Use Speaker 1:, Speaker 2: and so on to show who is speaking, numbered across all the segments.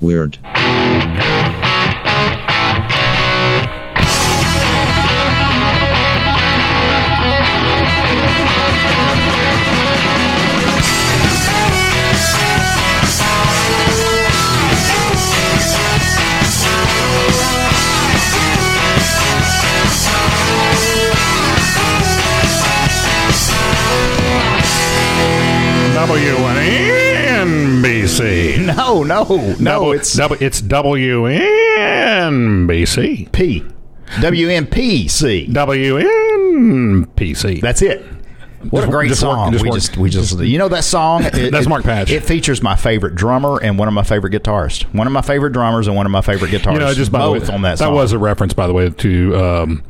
Speaker 1: Weird.
Speaker 2: WNBC.
Speaker 3: No, no, no.
Speaker 2: Double-
Speaker 3: it's
Speaker 2: double- it's WNBC.
Speaker 3: P. WMPC.
Speaker 2: WNPC.
Speaker 3: That's it. What
Speaker 2: Just-
Speaker 3: a great
Speaker 2: just work-
Speaker 3: song.
Speaker 2: just
Speaker 3: we
Speaker 2: work-
Speaker 3: just we just you know that song. It-
Speaker 2: That's
Speaker 3: it-
Speaker 2: Mark Patch.
Speaker 3: It features my favorite drummer and one of my favorite guitarists. One of my favorite drummers and one of my favorite guitarists.
Speaker 2: you know, just by
Speaker 3: both
Speaker 2: the way,
Speaker 3: on that song.
Speaker 2: was a reference, by the way, to um,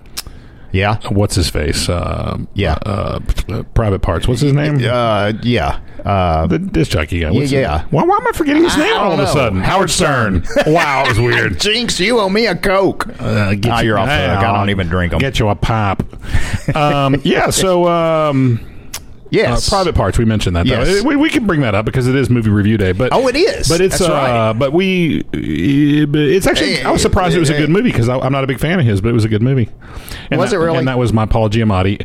Speaker 3: yeah,
Speaker 2: what's his face? Um,
Speaker 3: Yeah.
Speaker 2: uh, uh, Private Parts. What's his name?
Speaker 3: uh, yeah. Uh,
Speaker 2: The disc jockey guy. What's
Speaker 3: Yeah,
Speaker 2: his-
Speaker 3: yeah.
Speaker 2: Why, why am I forgetting his
Speaker 3: I
Speaker 2: name all
Speaker 3: don't
Speaker 2: of a
Speaker 3: know.
Speaker 2: sudden? Howard Stern. wow, it was weird.
Speaker 3: Jinx, you owe me a coke.
Speaker 2: Uh, get
Speaker 3: Ah, you're off the
Speaker 2: Hey,
Speaker 3: hook. I don't
Speaker 2: I'll
Speaker 3: even drink 'em.
Speaker 2: Get you a pop. um, yeah. So. Um, Uh,
Speaker 3: yes,
Speaker 2: private parts. We mentioned that. though. Uh,
Speaker 3: Yes.
Speaker 2: We, we can bring that up because it is movie review day. But
Speaker 3: Oh, it is.
Speaker 2: But it's
Speaker 3: That's
Speaker 2: uh,
Speaker 3: right.
Speaker 2: but we it's actually I was surprised it was a good movie because I'm not a big fan of his, but it was a good movie. And
Speaker 3: Was
Speaker 2: that-
Speaker 3: it really?
Speaker 2: And that was my Paul Giamatti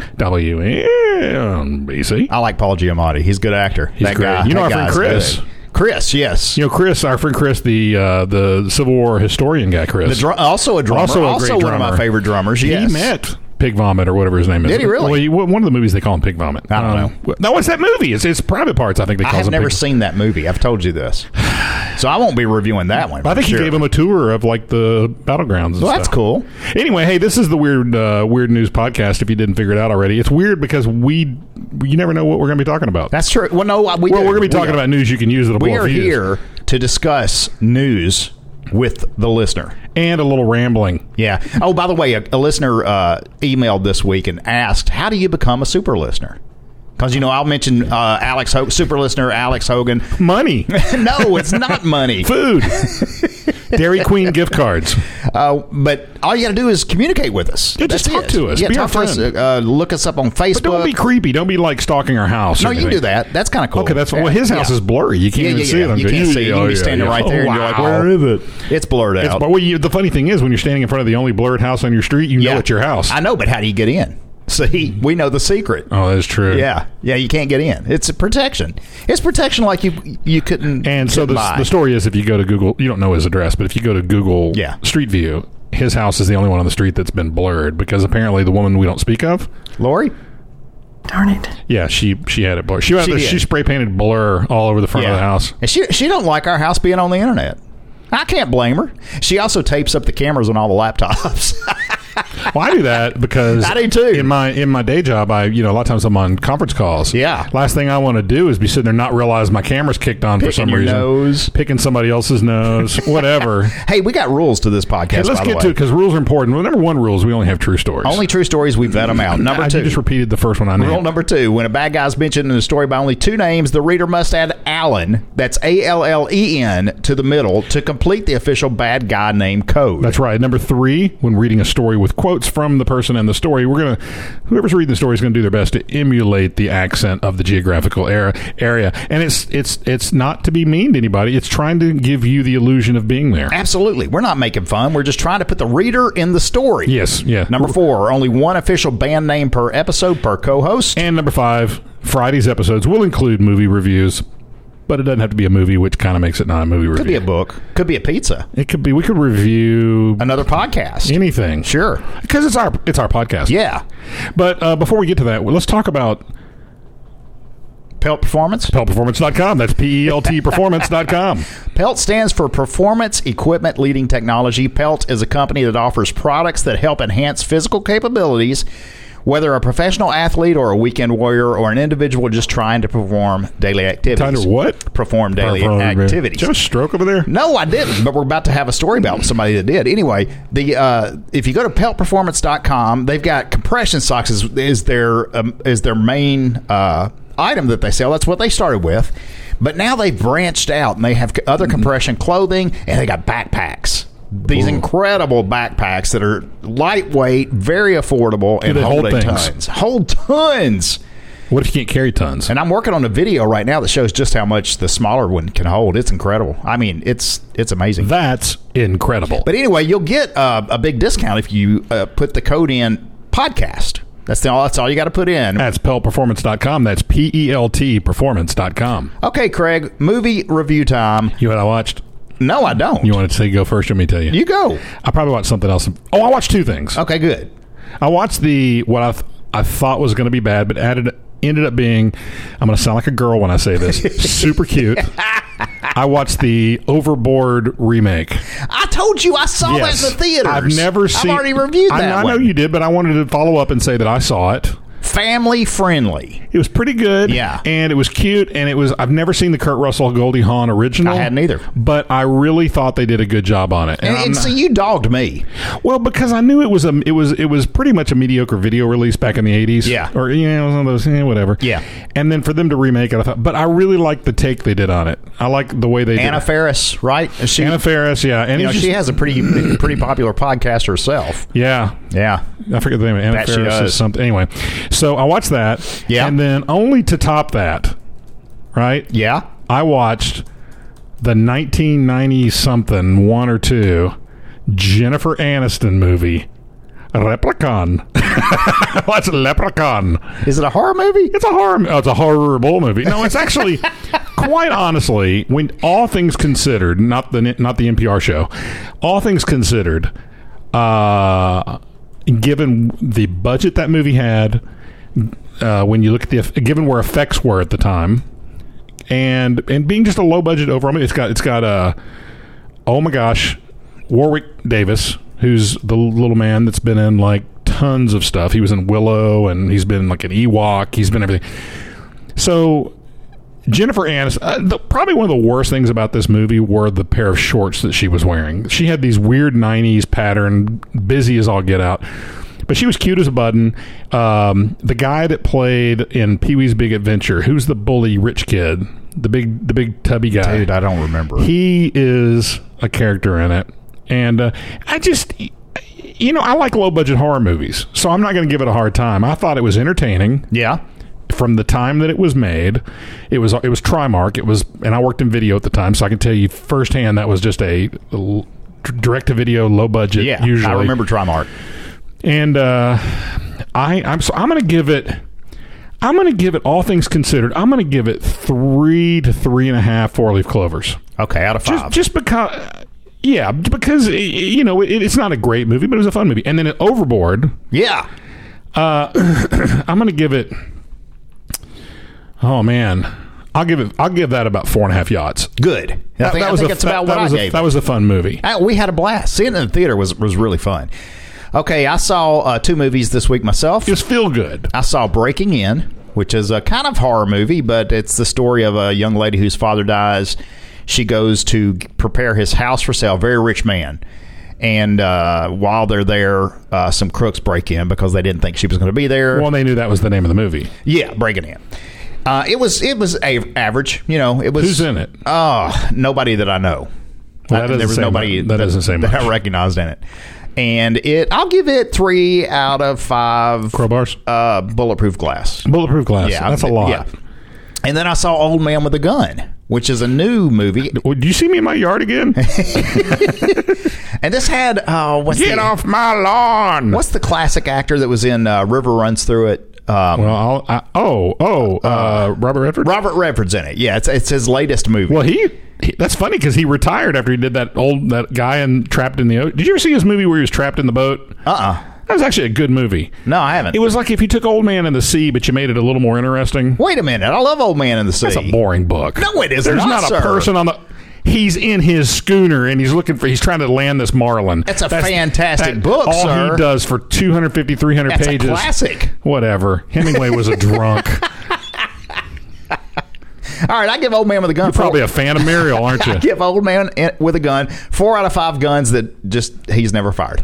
Speaker 2: WNBC.
Speaker 3: I like Paul Giamatti. He's a good actor.
Speaker 2: He's
Speaker 3: that
Speaker 2: great.
Speaker 3: guy.
Speaker 2: You know
Speaker 3: that
Speaker 2: our friend
Speaker 3: guy's
Speaker 2: Chris?
Speaker 3: good. Chris, yes.
Speaker 2: You know, Chris, our friend Chris, the uh, the Civil War historian guy, Chris.
Speaker 3: The dru- also a drummer.
Speaker 2: Also
Speaker 3: Also,
Speaker 2: a great
Speaker 3: one of my
Speaker 2: drummer.
Speaker 3: favorite drummers. Yes.
Speaker 2: He met Pig Vomit or whatever his name is.
Speaker 3: Did he really?
Speaker 2: Well, one of the movies they call him Pig Vomit.
Speaker 3: I don't
Speaker 2: know. No, it's that movie. It's, it's Private Parts. I think they
Speaker 3: I
Speaker 2: call
Speaker 3: have
Speaker 2: him
Speaker 3: never
Speaker 2: Pig-
Speaker 3: seen that movie. I've told you this, so I won't be reviewing that one.
Speaker 2: I think
Speaker 3: for sure.
Speaker 2: he gave him a tour of like the battlegrounds. And
Speaker 3: Well, that's
Speaker 2: stuff.
Speaker 3: cool.
Speaker 2: Anyway, hey, this is the weird, uh, weird news podcast. If you didn't figure it out already, it's weird because we, you never know what we're going to be talking about.
Speaker 3: That's true. Well, no, I- we
Speaker 2: well,
Speaker 3: do.
Speaker 2: we're going to be talking
Speaker 3: are-
Speaker 2: about news you can use. That'll
Speaker 3: We
Speaker 2: blow
Speaker 3: are
Speaker 2: views.
Speaker 3: here to discuss news with the listener.
Speaker 2: and a little rambling.
Speaker 3: Yeah. Oh, by the way, a, a listener uh, emailed this week and asked, "How do you become a super listener?" Because you know, I'll mention uh, Alex Ho- super listener Alex Hogan.
Speaker 2: Money,
Speaker 3: no, it's not money.
Speaker 2: food, Dairy Queen gift cards.
Speaker 3: Uh, but all you got to do is communicate with us.
Speaker 2: Yeah, just
Speaker 3: That's
Speaker 2: talk
Speaker 3: it.
Speaker 2: to us.
Speaker 3: Yeah,
Speaker 2: Be our
Speaker 3: talk to us.
Speaker 2: friend.
Speaker 3: Uh, look us up on Facebook.
Speaker 2: But don't be creepy. Don't be like stalking our house. or
Speaker 3: no, you can
Speaker 2: anything.
Speaker 3: do that. That's kind of cool.
Speaker 2: Okay, that's
Speaker 3: Yeah.
Speaker 2: well. His house
Speaker 3: Yeah.
Speaker 2: is blurry. You can't
Speaker 3: Yeah,
Speaker 2: even
Speaker 3: yeah,
Speaker 2: see
Speaker 3: yeah.
Speaker 2: it. I'm
Speaker 3: You
Speaker 2: going,
Speaker 3: can't see it. You can be
Speaker 2: yeah,
Speaker 3: standing
Speaker 2: yeah.
Speaker 3: right there, and you're like,
Speaker 2: wow.
Speaker 3: "Where is
Speaker 2: it?
Speaker 3: It's blurred
Speaker 2: It's,
Speaker 3: out.
Speaker 2: but well, you, the funny thing is, when you're standing in front of the only blurred house on your street, you know it's your house.
Speaker 3: I know, but how do you get in? See, we know the secret.
Speaker 2: oh, that's true.
Speaker 3: Yeah, yeah, you can't get in. It's a protection. It's protection like you you couldn't.
Speaker 2: And so the,
Speaker 3: couldn't buy.
Speaker 2: the story is, if you go to Google, you don't know his address, but if you go to Google
Speaker 3: Yeah.
Speaker 2: Street View, his house is the only one on the street that's been blurred because apparently the woman we don't speak of,
Speaker 3: Lori.
Speaker 4: Darn it.
Speaker 2: yeah, she she had it blurred. She, had
Speaker 3: She
Speaker 2: the-
Speaker 3: did.
Speaker 2: she spray painted blur all over the front of the house.
Speaker 3: And she she don't like our house being on the internet. I can't blame her. She also tapes up the cameras on all the laptops.
Speaker 2: Well, I do that because
Speaker 3: I do too.
Speaker 2: In my in my day job, I you know a lot of times I'm on conference calls.
Speaker 3: Yeah.
Speaker 2: Last thing I want to do is be sitting there not realize my camera's kicked on for
Speaker 3: Picking
Speaker 2: some
Speaker 3: your
Speaker 2: reason.
Speaker 3: nose.
Speaker 2: Picking somebody else's nose, whatever.
Speaker 3: hey, we got rules to this podcast.
Speaker 2: Let's
Speaker 3: by the
Speaker 2: get
Speaker 3: way.
Speaker 2: to it because rules are important. Well, number one rule is we only have true stories.
Speaker 3: Only true stories. We vet them out. Number
Speaker 2: I
Speaker 3: two.
Speaker 2: just repeated the first one I
Speaker 3: Rule
Speaker 2: named.
Speaker 3: number two: When a bad guy is mentioned in a story by only two names, the reader must add Allen, that's A L L E N, to the middle to complete the official bad guy name code.
Speaker 2: That's right. Number three, when reading a story with quotes from the person and the story, we're gonna whoever's reading the story is gonna do their best to emulate the accent of the geographical era, area. And it's it's it's not to be mean to anybody. It's trying to give you the illusion of being there.
Speaker 3: Absolutely, we're not making fun. We're just trying to put the reader in the story.
Speaker 2: Yes. Yeah.
Speaker 3: Number four: Only one official band name per episode per co-host.
Speaker 2: and number five, Friday's episodes will include movie reviews, but it doesn't have to be a movie, which kind of makes it not a movie
Speaker 3: could be
Speaker 2: review.
Speaker 3: a book. Could be a pizza.
Speaker 2: it could be. We could review
Speaker 3: Another podcast.
Speaker 2: anything.
Speaker 3: Sure.
Speaker 2: Because it's our it's our podcast.
Speaker 3: Yeah.
Speaker 2: But uh, before we get to that, well, let's talk about
Speaker 3: Pelt Performance.
Speaker 2: peltperformance.com. That's P E L T performance.com.
Speaker 3: Pelt stands for Performance Equipment Leading Technology. Pelt is a company that offers products that help enhance physical capabilities, whether a professional athlete or a weekend warrior or an individual just trying to perform daily activities.
Speaker 2: Time to what?
Speaker 3: Perform daily activities.
Speaker 2: Joe Stroke over there?
Speaker 3: No, I didn't, but we're about to have a story about somebody that did. Anyway, the uh, if you go to peltperformance.com, they've got compression socks is, is their um, is their main uh, item that they sell. That's what they started with. But now they've branched out and they have
Speaker 2: Mm-hmm.
Speaker 3: other compression clothing and they got backpacks. These incredible backpacks that are lightweight, very affordable, and
Speaker 2: they hold
Speaker 3: holding
Speaker 2: things?
Speaker 3: tons. Hold tons.
Speaker 2: What if you can't carry tons?
Speaker 3: And I'm working on a video right now that shows just how much the smaller one can hold. It's incredible. I mean, it's it's amazing.
Speaker 2: That's incredible.
Speaker 3: But anyway, you'll get uh, a big discount if you uh, put the code in podcast. That's the, all. That's all you got to put in.
Speaker 2: That's E peltperformance.com. That's P E L T performance.com.
Speaker 3: Okay, Craig. Movie review time.
Speaker 2: You know what I watched?
Speaker 3: No, I don't.
Speaker 2: You want to say go first or me tell you?
Speaker 3: You Uh, go.
Speaker 2: I probably watched something else. Oh, I watched two things.
Speaker 3: Okay, good.
Speaker 2: I watched the what I th- I thought was going to be bad, but added ended up being. I'm going to sound like a girl when I say this. super cute. I watched the Overboard remake.
Speaker 3: I told you I saw that in the theaters.
Speaker 2: I've never seen.
Speaker 3: I've already reviewed
Speaker 2: I-
Speaker 3: that.
Speaker 2: I, know
Speaker 3: one.
Speaker 2: you did, but I wanted to follow up and say that I saw it.
Speaker 3: Family friendly.
Speaker 2: It was pretty good.
Speaker 3: Yeah.
Speaker 2: And it was cute. And it was, I've never seen the Kurt Russell Goldie Hawn original.
Speaker 3: I hadn't either.
Speaker 2: But I really thought they did a good job on it.
Speaker 3: And,
Speaker 2: I'm
Speaker 3: and
Speaker 2: not-
Speaker 3: so you dogged me.
Speaker 2: well, because I knew it was a, it was, it was pretty much a mediocre video release back in the 80s.
Speaker 3: Yeah.
Speaker 2: Or, you know, it was one of those, eh, whatever.
Speaker 3: Yeah.
Speaker 2: And then for them to remake it, I thought, but I really liked the take they did on it. I like the way they
Speaker 3: Anna
Speaker 2: did it.
Speaker 3: Ferris, right? And She,
Speaker 2: Anna Ferris, yeah. And
Speaker 3: you know,
Speaker 2: it's
Speaker 3: she
Speaker 2: just-
Speaker 3: has a pretty pretty popular podcast herself.
Speaker 2: yeah.
Speaker 3: Yeah.
Speaker 2: I forget the name of it. Anna
Speaker 3: That she
Speaker 2: Faris
Speaker 3: does.
Speaker 2: is something. Anyway, so I watched that.
Speaker 3: Yeah.
Speaker 2: And then only to top that, right?
Speaker 3: Yeah.
Speaker 2: I watched the 1990 something, one or two, Jennifer Aniston movie, Leprechaun. I watched Leprechaun.
Speaker 3: Is it a horror movie?
Speaker 2: It's a horror. Oh, it's a horrible movie. No, it's actually, quite honestly, when all things considered, not the not the NPR show, all things considered, uh, given the budget that movie had, uh, when you look at the eff- given where effects were at the time, and and being just a low budget overall, movie, it's got it's got uh, a oh my gosh, Warwick Davis, who's the little man that's been in like tons of stuff. He was in Willow, and he's been like an Ewok. He's been everything. So Jennifer Aniston, uh, the, probably one of the worst things about this movie were the pair of shorts that she was wearing. She had these weird '90s pattern, busy as all get out. But she was cute as a button. Um, the guy that played in Pee Wee's Big Adventure, who's the bully rich kid, the big, the big tubby guy.
Speaker 3: Dude, I don't remember.
Speaker 2: He is a character in it, and uh, I just, you know, I like low budget horror movies, so I'm not going to give it a hard time. I thought it was entertaining
Speaker 3: yeah.
Speaker 2: from the time that it was made. It was it was Trimark. It was, and I worked in video at the time, so I can tell you firsthand that was just a. Direct to video, low budget.
Speaker 3: Yeah.
Speaker 2: usually
Speaker 3: I remember Trimark.
Speaker 2: and uh, I I'm so I'm gonna give it. I'm going to give it all things considered. I'm going to give it three to three and a half four leaf clovers.
Speaker 3: Okay, out of
Speaker 2: Just,
Speaker 3: five.
Speaker 2: just because, yeah, because it, you know it, it's not a great movie, but it was a fun movie. And then at Overboard,
Speaker 3: yeah.
Speaker 2: I'm going to give it. Oh man, I'll give it. I'll give that about four and a half yachts.
Speaker 3: Good. I think, I think
Speaker 2: a-
Speaker 3: it's about
Speaker 2: that,
Speaker 3: what
Speaker 2: was
Speaker 3: I
Speaker 2: a,
Speaker 3: gave. it.
Speaker 2: That was a fun movie.
Speaker 3: I- we had a blast. Seeing it in the theater was, was really fun. Okay, I saw uh, two movies this week myself.
Speaker 2: It was feel good.
Speaker 3: I saw Breaking In, which is a kind of horror movie, but it's the story of a young lady whose father dies. She goes to prepare his house for sale, very rich man. And uh, while they're there, uh, some crooks break in because they didn't think she was going to be there.
Speaker 2: Well, they knew that was the name of the movie.
Speaker 3: yeah, breaking in. Uh, it was it was a, average, you know. It was
Speaker 2: Who's in it?
Speaker 3: Oh, nobody that I know.
Speaker 2: Well, that
Speaker 3: I-
Speaker 2: doesn't
Speaker 3: there was
Speaker 2: say
Speaker 3: nobody
Speaker 2: mu- that doesn't say
Speaker 3: that I
Speaker 2: much.
Speaker 3: recognized in it. And it, I'll give it three out of five
Speaker 2: Crowbars,
Speaker 3: uh, bulletproof glass.
Speaker 2: bulletproof glass. that's a lot.
Speaker 3: yeah. And then I saw Old Man with a Gun, which is a new movie.
Speaker 2: Well, do you see me in my yard again?
Speaker 3: And this had uh, what's
Speaker 2: Get
Speaker 3: the,
Speaker 2: off my lawn.
Speaker 3: what's the classic actor that was in uh, River Runs Through It? Um,
Speaker 2: Well, I'll, I, oh, oh, uh, Robert Redford.
Speaker 3: Robert Redford's in it. Yeah, it's it's his latest movie.
Speaker 2: well, he, he- that's funny because he retired after he did that old that guy and trapped in the ocean. Did you ever see his movie where he was trapped in the boat?
Speaker 3: Uh uh
Speaker 2: That was actually a good movie.
Speaker 3: No, I haven't.
Speaker 2: It was like if you took Old Man in the Sea, but you made it a little more interesting.
Speaker 3: Wait a minute. I love Old Man in the Sea.
Speaker 2: That's a boring book.
Speaker 3: No, it is
Speaker 2: There's
Speaker 3: not,
Speaker 2: not, a
Speaker 3: sir.
Speaker 2: person on the. He's in his schooner and he's looking for. He's trying to land this marlin.
Speaker 3: That's a fantastic book,
Speaker 2: All
Speaker 3: sir.
Speaker 2: he does for 250, 300
Speaker 3: That's
Speaker 2: pages.
Speaker 3: a classic.
Speaker 2: Whatever. Hemingway was a drunk.
Speaker 3: All right, I give Old Man with a Gun.
Speaker 2: Probably
Speaker 3: four,
Speaker 2: a fan of Muriel, aren't you?
Speaker 3: give Old Man in- with a Gun four out of five guns that just he's never fired.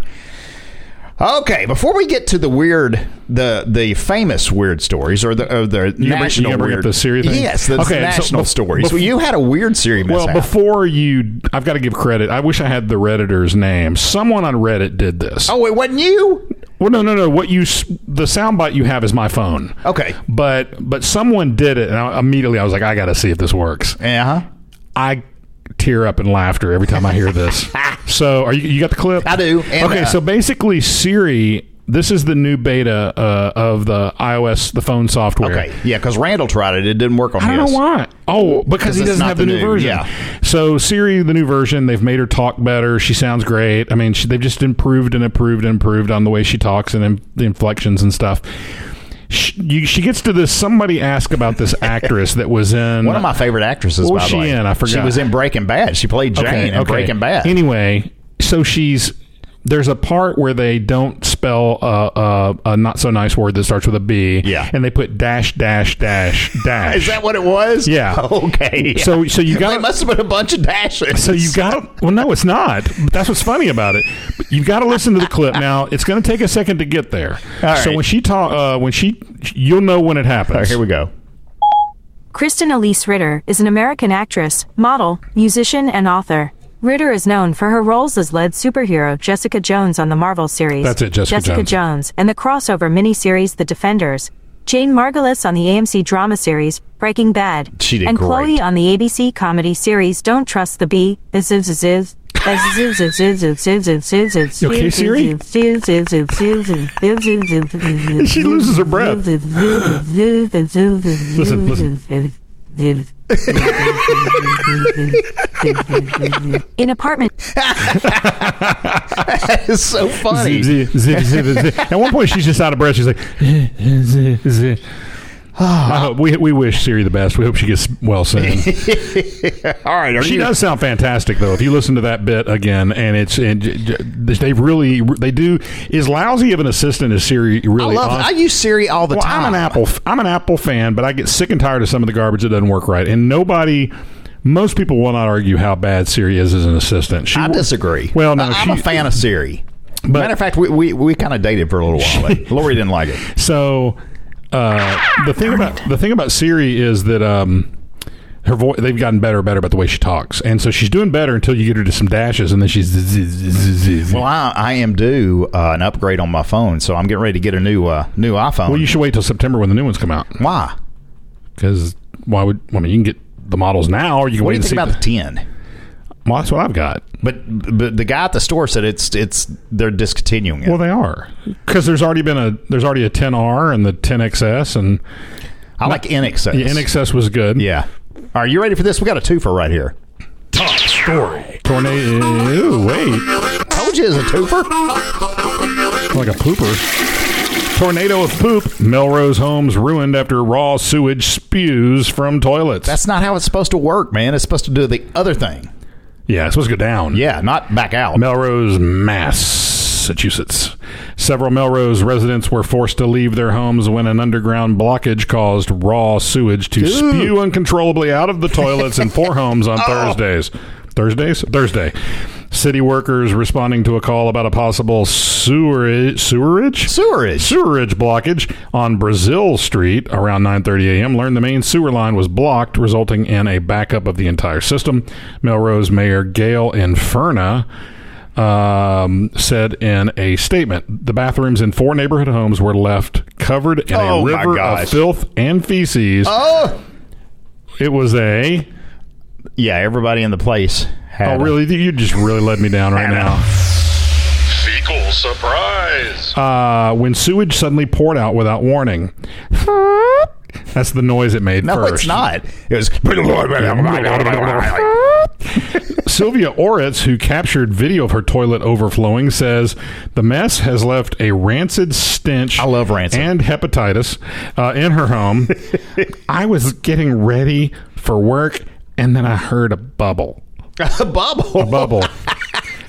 Speaker 3: Okay, before we get to the weird, the the famous weird stories or the or the
Speaker 2: gonna bring-
Speaker 3: national
Speaker 2: you gonna bring up
Speaker 3: weird
Speaker 2: the Siri thing?
Speaker 3: yes, the
Speaker 2: Okay, so
Speaker 3: national
Speaker 2: bef-
Speaker 3: stories.
Speaker 2: bef-
Speaker 3: well, you had a weird Siri
Speaker 2: Well,
Speaker 3: mishap.
Speaker 2: before you, I've got to give credit. I wish I had the redditor's name. Someone on Reddit did this.
Speaker 3: oh, it wasn't you.
Speaker 2: Well, no, no, no. What you s- the soundbite you have is my phone.
Speaker 3: Okay.
Speaker 2: But but someone did it, and I, immediately I was like, I got to see if this works.
Speaker 3: Yeah. huh
Speaker 2: I tear up in laughter every time I hear this. so, are you you got the clip?
Speaker 3: I do, and,
Speaker 2: okay,
Speaker 3: uh,
Speaker 2: so basically Siri, this is the new beta uh, of the iOS the phone software.
Speaker 3: Okay. Yeah, because Randall tried it. It didn't work on
Speaker 2: I don't
Speaker 3: his.
Speaker 2: know why. Oh, because he
Speaker 3: it's
Speaker 2: doesn't
Speaker 3: not
Speaker 2: have the,
Speaker 3: the
Speaker 2: new,
Speaker 3: new,
Speaker 2: version.
Speaker 3: yeah.
Speaker 2: So Siri, the new version, they've made her talk better. She sounds great. I mean, she, they've just improved and improved and improved on the way she talks and in, the inflections and stuff. She, you, she gets to this. Somebody asked about this actress that was in
Speaker 3: One of my favorite actresses.
Speaker 2: What was
Speaker 3: by the
Speaker 2: she
Speaker 3: way.
Speaker 2: in? I
Speaker 3: She
Speaker 2: forgot.
Speaker 3: was in Breaking Bad. She played Jane in Breaking Bad.
Speaker 2: Anyway, so she's there's a part where they don't spell a, uh a not so nice word that starts with a B.
Speaker 3: Yeah.
Speaker 2: and they put dash dash dash dash.
Speaker 3: Is that what it was?
Speaker 2: Yeah.
Speaker 3: Okay.
Speaker 2: So so you
Speaker 3: They
Speaker 2: got
Speaker 3: must have been a bunch of dashes.
Speaker 2: so you got well no it's not but that's what's funny about it but you've got to listen to the clip now it's going to take a second to get there
Speaker 3: All
Speaker 2: so
Speaker 3: right.
Speaker 2: when she talk uh, when she you'll know when it happens
Speaker 3: All right, here we go.
Speaker 1: Kristen Elise Ritter is an American actress, model, musician, and author. Ritter is known for her roles as lead superhero Jessica Jones on the Marvel series.
Speaker 2: That's it, Jessica Jones.
Speaker 1: and the crossover miniseries The Defenders. Jane Margulis on the AMC drama series Breaking Bad.
Speaker 3: She did
Speaker 1: and
Speaker 3: great.
Speaker 1: Chloe on the ABC comedy series Don't Trust the Bee. This is is is.
Speaker 2: You okay, Siri?
Speaker 1: She
Speaker 2: loses her breath.
Speaker 1: listen, listen. In apartment
Speaker 3: That is so funny.
Speaker 2: Zip, zip, zip, zip, zip. At one point, she's just out of breath. She's like, zip, zip. I hope, we, we wish Siri the best. We hope she gets well soon.
Speaker 3: All right, are
Speaker 2: She
Speaker 3: you?
Speaker 2: does sound fantastic, though. If you listen to that bit again, and it's and j- j- they really they do is lousy of an assistant as Siri
Speaker 3: I
Speaker 2: really.
Speaker 3: love.
Speaker 2: hon-
Speaker 3: I use Siri all the
Speaker 2: well,
Speaker 3: time.
Speaker 2: I'm an Apple. f- I'm an Apple fan, but I get sick and tired of some of the garbage that doesn't work right. And nobody, most people will not argue how bad Siri is as an assistant. She,
Speaker 3: I disagree.
Speaker 2: Well, no,
Speaker 3: I- I'm
Speaker 2: she,
Speaker 3: a fan of Siri.
Speaker 2: But-
Speaker 3: Matter of fact, we we, we kind of dated for a little while. but Lori didn't like it.
Speaker 2: So uh, the thing about the thing about Siri is that um, her voice they've gotten better and better about the way she talks, and so she's doing better until you get her to some dashes, and then she's z- z- z- z- z-
Speaker 3: Well, I, I am due uh, an upgrade on my phone, so I'm getting ready to get a new uh, new iPhone.
Speaker 2: Well, you should wait till September when the new ones come out.
Speaker 3: Why?
Speaker 2: Because why would I mean you can get the models now, or you can wait
Speaker 3: What do you
Speaker 2: and
Speaker 3: think
Speaker 2: see.
Speaker 3: about the
Speaker 2: the-
Speaker 3: ten?
Speaker 2: well, that's what I've got.
Speaker 3: But but the guy at the store said it's it's they're discontinuing it.
Speaker 2: Well, they are because there's already been a there's already a 10R and the 10XS, and
Speaker 3: I like NXS.
Speaker 2: the NXS was good.
Speaker 3: Yeah. Are you ready for this? We got a twofer right here.
Speaker 2: top story tornado. Ew, wait.
Speaker 3: Told you it's a twofer.
Speaker 2: like a pooper. Tornado of poop. Melrose homes ruined after raw sewage spews from toilets.
Speaker 3: That's not how it's supposed to work, man. It's supposed to do the other thing.
Speaker 2: yeah, it's supposed to go down.
Speaker 3: Yeah, not back out.
Speaker 2: Melrose, Massachusetts. Several Melrose residents were forced to leave their homes when an underground blockage caused raw sewage to spew uncontrollably out of the toilets in four homes
Speaker 3: Oh.
Speaker 2: on Thursdays. Thursdays? Thursday. City workers responding to a call about a possible sewer sewerage?
Speaker 3: Sewerage.
Speaker 2: sewerage blockage on Brazil Street around 9:30 a.m. learned the main sewer line was blocked, resulting in a backup of the entire system. Melrose Mayor Gail Inferna um, said in a statement, "The bathrooms in four neighborhood homes were left covered in
Speaker 3: Oh,
Speaker 2: a
Speaker 3: my
Speaker 2: river
Speaker 3: gosh.
Speaker 2: of filth and feces.
Speaker 3: Oh.
Speaker 2: It was a
Speaker 3: Yeah, everybody in the place.
Speaker 2: oh,
Speaker 3: Had a-
Speaker 2: really? You just really led me down right
Speaker 3: Had a-
Speaker 2: now."
Speaker 4: Fecal surprise.
Speaker 2: Uh, when sewage suddenly poured out without warning. That's the noise it made
Speaker 3: No,
Speaker 2: first.
Speaker 3: it's not. It was.
Speaker 2: Sylvia Oritz, who captured video of her toilet overflowing, says the mess has left a rancid stench.
Speaker 3: I love rancid.
Speaker 2: and hepatitis uh, in her home. I was getting ready for work, and then I heard a bubble.
Speaker 3: a bubble.
Speaker 2: Bubble.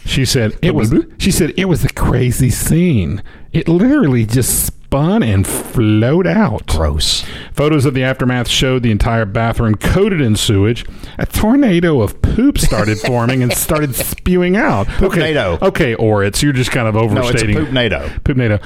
Speaker 2: she said it was. She said it was a crazy scene. It literally just spun and flowed out.
Speaker 3: Gross.
Speaker 2: Photos of the aftermath showed the entire bathroom coated in sewage. A tornado of poop started forming and started spewing out. Okay,
Speaker 3: Poopnado.
Speaker 2: Okay, or it's you're just kind of
Speaker 3: No, it's a
Speaker 2: overstating.
Speaker 3: poop NATO.
Speaker 2: Poopnado.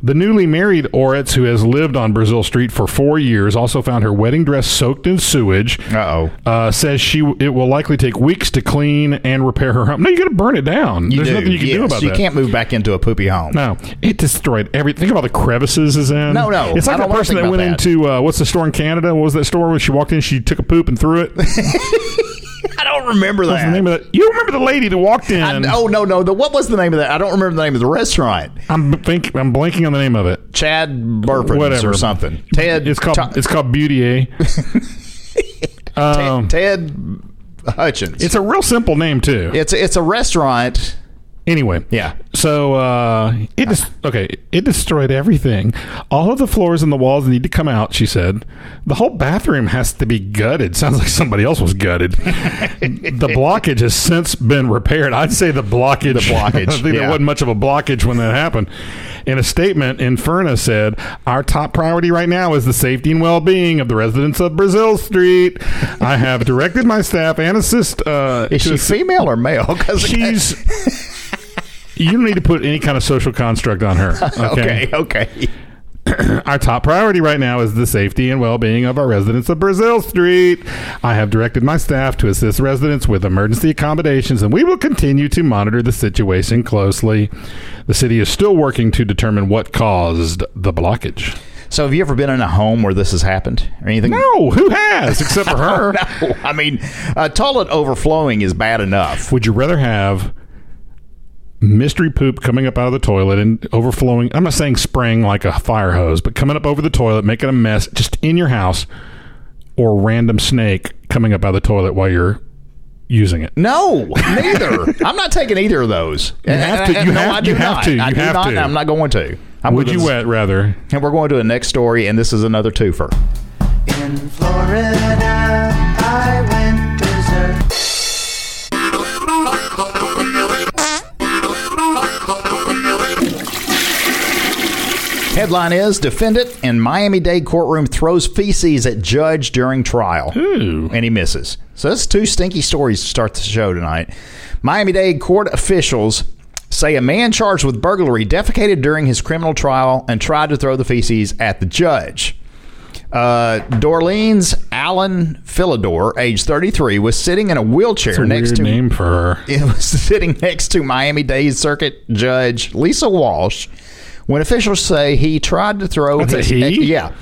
Speaker 2: The newly married Oritz, who has lived on Brazil Street for four years, also found her wedding dress soaked in sewage.
Speaker 3: Uh-oh.
Speaker 2: Uh, says she it will likely take weeks to clean and repair her home. No, you got to burn it down. There's
Speaker 3: do,
Speaker 2: nothing you can do
Speaker 3: yes.
Speaker 2: about
Speaker 3: you
Speaker 2: that.
Speaker 3: can't move back into a poopy home.
Speaker 2: No, it destroyed everything. Think about the crevices is in.
Speaker 3: No, no,
Speaker 2: It's
Speaker 3: I
Speaker 2: like that
Speaker 3: don't wanna
Speaker 2: person
Speaker 3: think
Speaker 2: that
Speaker 3: about
Speaker 2: went
Speaker 3: that.
Speaker 2: into uh, what's the store in Canada? What was that store when she walked in? She took a poop and threw it. What's
Speaker 3: I don't remember that.
Speaker 2: the name of that? You remember the lady that walked in?
Speaker 3: I, oh no no! The, what was the name of that? I don't remember the name of the restaurant.
Speaker 2: I'm think I'm blanking on the name of it.
Speaker 3: Chad Burford
Speaker 2: Whatever.
Speaker 3: or something. Ted.
Speaker 2: It's called
Speaker 3: Ta-
Speaker 2: it's called Beauty. eh? um,
Speaker 3: Ted Hutchins.
Speaker 2: it's a real simple name too.
Speaker 3: it's it's a restaurant.
Speaker 2: Anyway,
Speaker 3: Yeah.
Speaker 2: So uh, it dis- okay, it destroyed everything. All of the floors and the walls need to come out. She said the whole bathroom has to be gutted. Sounds like somebody else was gutted. the blockage has since been repaired. I'd say the blockage. The
Speaker 3: blockage,
Speaker 2: I think there
Speaker 3: yeah.
Speaker 2: wasn't much of a blockage when that happened. In a statement, Inferna said, "Our top priority right now is the safety and well-being of the residents of Brazil Street. I have directed my staff and assist." Uh,
Speaker 3: Is
Speaker 2: to
Speaker 3: she
Speaker 2: assist-
Speaker 3: female or male? Because
Speaker 2: She's. you don't need to put any kind of social construct on her. Okay?
Speaker 3: okay okay.
Speaker 2: Our top priority right now is the safety and well being of our residents of Brazil Street. I have directed my staff to assist residents with emergency accommodations, and we will continue to monitor the situation closely. The city is still working to determine what caused the blockage.
Speaker 3: So have you ever been in a home where this has happened or anything?
Speaker 2: No, who has except for her?
Speaker 3: No. I mean, a toilet overflowing is bad enough.
Speaker 2: Would you rather have mystery poop coming up out of the toilet and overflowing? I'm not saying spraying like a fire hose, but coming up over the toilet, making a mess just in your house, or random snake coming up out of the toilet while you're using it.
Speaker 3: No, neither. I'm not taking either of those. You
Speaker 2: have to. You
Speaker 3: no,
Speaker 2: have-
Speaker 3: I do
Speaker 2: you have
Speaker 3: not.
Speaker 2: to.
Speaker 3: I
Speaker 2: You
Speaker 3: do
Speaker 2: have
Speaker 3: not,
Speaker 2: to.
Speaker 3: and I'm not going to. I'm
Speaker 2: Would
Speaker 3: gonna
Speaker 2: you
Speaker 3: s-
Speaker 2: wet rather?
Speaker 3: And we're going to a next story, and this is another twofer.
Speaker 5: In Florida, I went berserk.
Speaker 3: Headline is Defendant in Miami Dade courtroom throws feces at judge during trial. And he misses. So that's two stinky stories to start the show tonight. Miami Dade court officials say a man charged with burglary defecated during his criminal trial and tried to throw the feces at the judge. Uh, Dorleans Allen Philidor, age 33, was sitting in a wheelchair
Speaker 2: It's a
Speaker 3: next
Speaker 2: weird
Speaker 3: to
Speaker 2: name for her.
Speaker 3: it was sitting next to Miami Dade Circuit Judge Lisa Walsh when officials say he tried to throw
Speaker 2: That's a he?
Speaker 3: yeah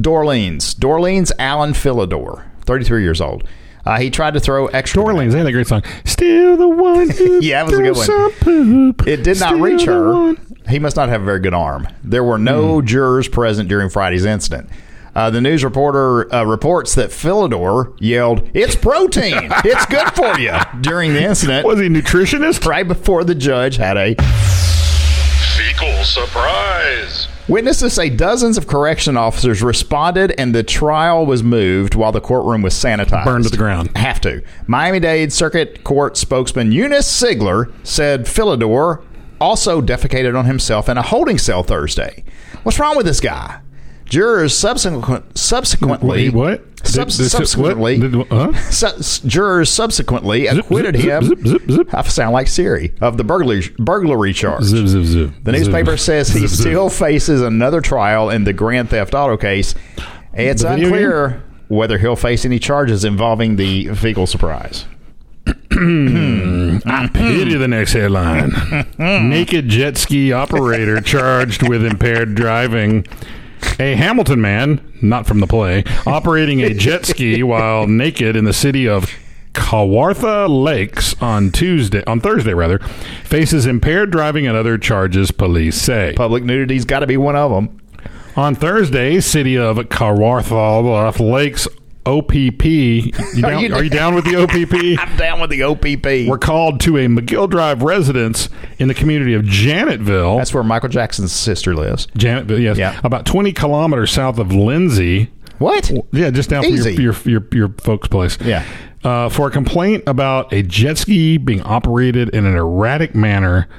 Speaker 3: Dorleans Dorleans Allen Philidor, 33 years old. Uh, he tried to throw extra.
Speaker 2: Dorleans, they had that great song. Still the one who
Speaker 3: Yeah, that was a
Speaker 2: threw
Speaker 3: good one.
Speaker 2: some poop.
Speaker 3: It did not
Speaker 2: Still
Speaker 3: reach
Speaker 2: the
Speaker 3: her.
Speaker 2: one- Hmm.
Speaker 3: He must not have a very good arm. There were no jurors present during Friday's incident. Uh, the news reporter uh, reports that Philidor yelled, "It's protein. it's good for you." During the incident,
Speaker 2: Was he a nutritionist?
Speaker 3: right before the judge had a
Speaker 4: Fecal surprise.
Speaker 3: Witnesses say dozens of correction officers responded and the trial was moved while the courtroom was sanitized.
Speaker 2: Burned to the ground.
Speaker 3: Have to. Miami Dade Circuit Court spokesman Eunice Sigler said Philidor also defecated on himself in a holding cell Thursday. What's wrong with this guy? Jurors subsequent, subsequently.
Speaker 2: Wait, what?
Speaker 3: Sub-
Speaker 2: Did- did- what?
Speaker 3: subsequently.
Speaker 2: Did- huh?
Speaker 3: su- jurors subsequently acquitted
Speaker 2: zip,
Speaker 3: him.
Speaker 2: zip, zip, zip.
Speaker 3: I sound like Siri of the burglary burglary charge.
Speaker 2: Zip, zip, zip.
Speaker 3: The newspaper
Speaker 2: Zip.
Speaker 3: says he
Speaker 2: Zip, zip.
Speaker 3: still faces another trial in the grand theft auto case. It's
Speaker 2: The video
Speaker 3: unclear whether he'll face any charges involving the fecal surprise.
Speaker 2: Hmm. Pity the next headline. Naked jet ski operator charged with impaired driving. A Hamilton man, not from the play, operating a jet ski while naked in the city of Kawartha Lakes on Tuesday, on Thursday rather, faces impaired driving and other charges, police say.
Speaker 3: Public nudity's got to be one of them.
Speaker 2: On Thursday, city of Kawartha Lakes OPP. You down-
Speaker 3: you-
Speaker 2: are you down with the OPP?
Speaker 3: I'm down with the OPP.
Speaker 2: were called to a McGill Drive residence in the community of Janetville.
Speaker 3: That's where Michael Jackson's sister lives.
Speaker 2: Janetville, yes.
Speaker 3: Yeah.
Speaker 2: About 20 kilometers south of Lindsay.
Speaker 3: What?
Speaker 2: Yeah, just down from your,
Speaker 3: Easy.
Speaker 2: your, your, your folks' place.
Speaker 3: Yeah.
Speaker 2: Uh, for a complaint about a jet ski being operated in an erratic manner.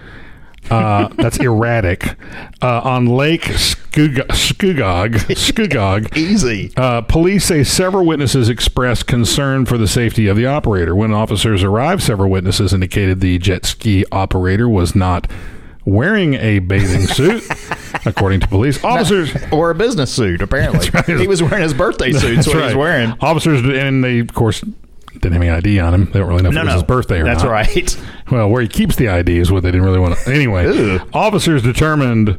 Speaker 2: Uh, that's erratic. Uh, on Lake Scugog, Scugog, Scugog
Speaker 3: Easy.
Speaker 2: uh, police say several witnesses expressed concern for the safety of the operator. When officers arrived, several witnesses indicated the jet ski operator was not wearing a bathing suit, according to police. Officers.
Speaker 3: or a business suit. Apparently,
Speaker 2: That's right.
Speaker 3: he was wearing his birthday suit. That's
Speaker 2: That's
Speaker 3: what he was
Speaker 2: right.
Speaker 3: wearing.
Speaker 2: Officers, and they, of course, didn't have any ID on him. They don't really know if it was his birthday or
Speaker 3: That's
Speaker 2: not.
Speaker 3: right.
Speaker 2: Well, where he keeps the ID is what they didn't really want to. Anyway,
Speaker 3: Ew.
Speaker 2: officers determined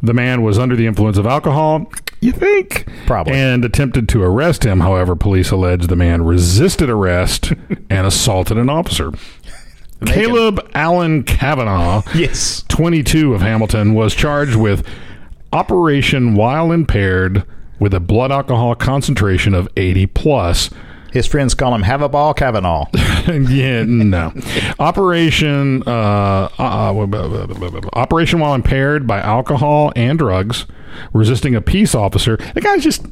Speaker 2: the man was under the influence of alcohol. You think?
Speaker 3: Probably.
Speaker 2: And attempted to arrest him. However, police allege the man resisted arrest and assaulted an officer. Caleb Allen Kavanaugh,
Speaker 3: Yes.
Speaker 2: 22 of Hamilton, was charged with operation while impaired with a blood alcohol concentration of 80 plus.
Speaker 3: His friends call him Have a Ball Kavanaugh.
Speaker 2: yeah, no. Operation uh, uh, operation while impaired by alcohol and drugs, resisting a peace officer. The guy's just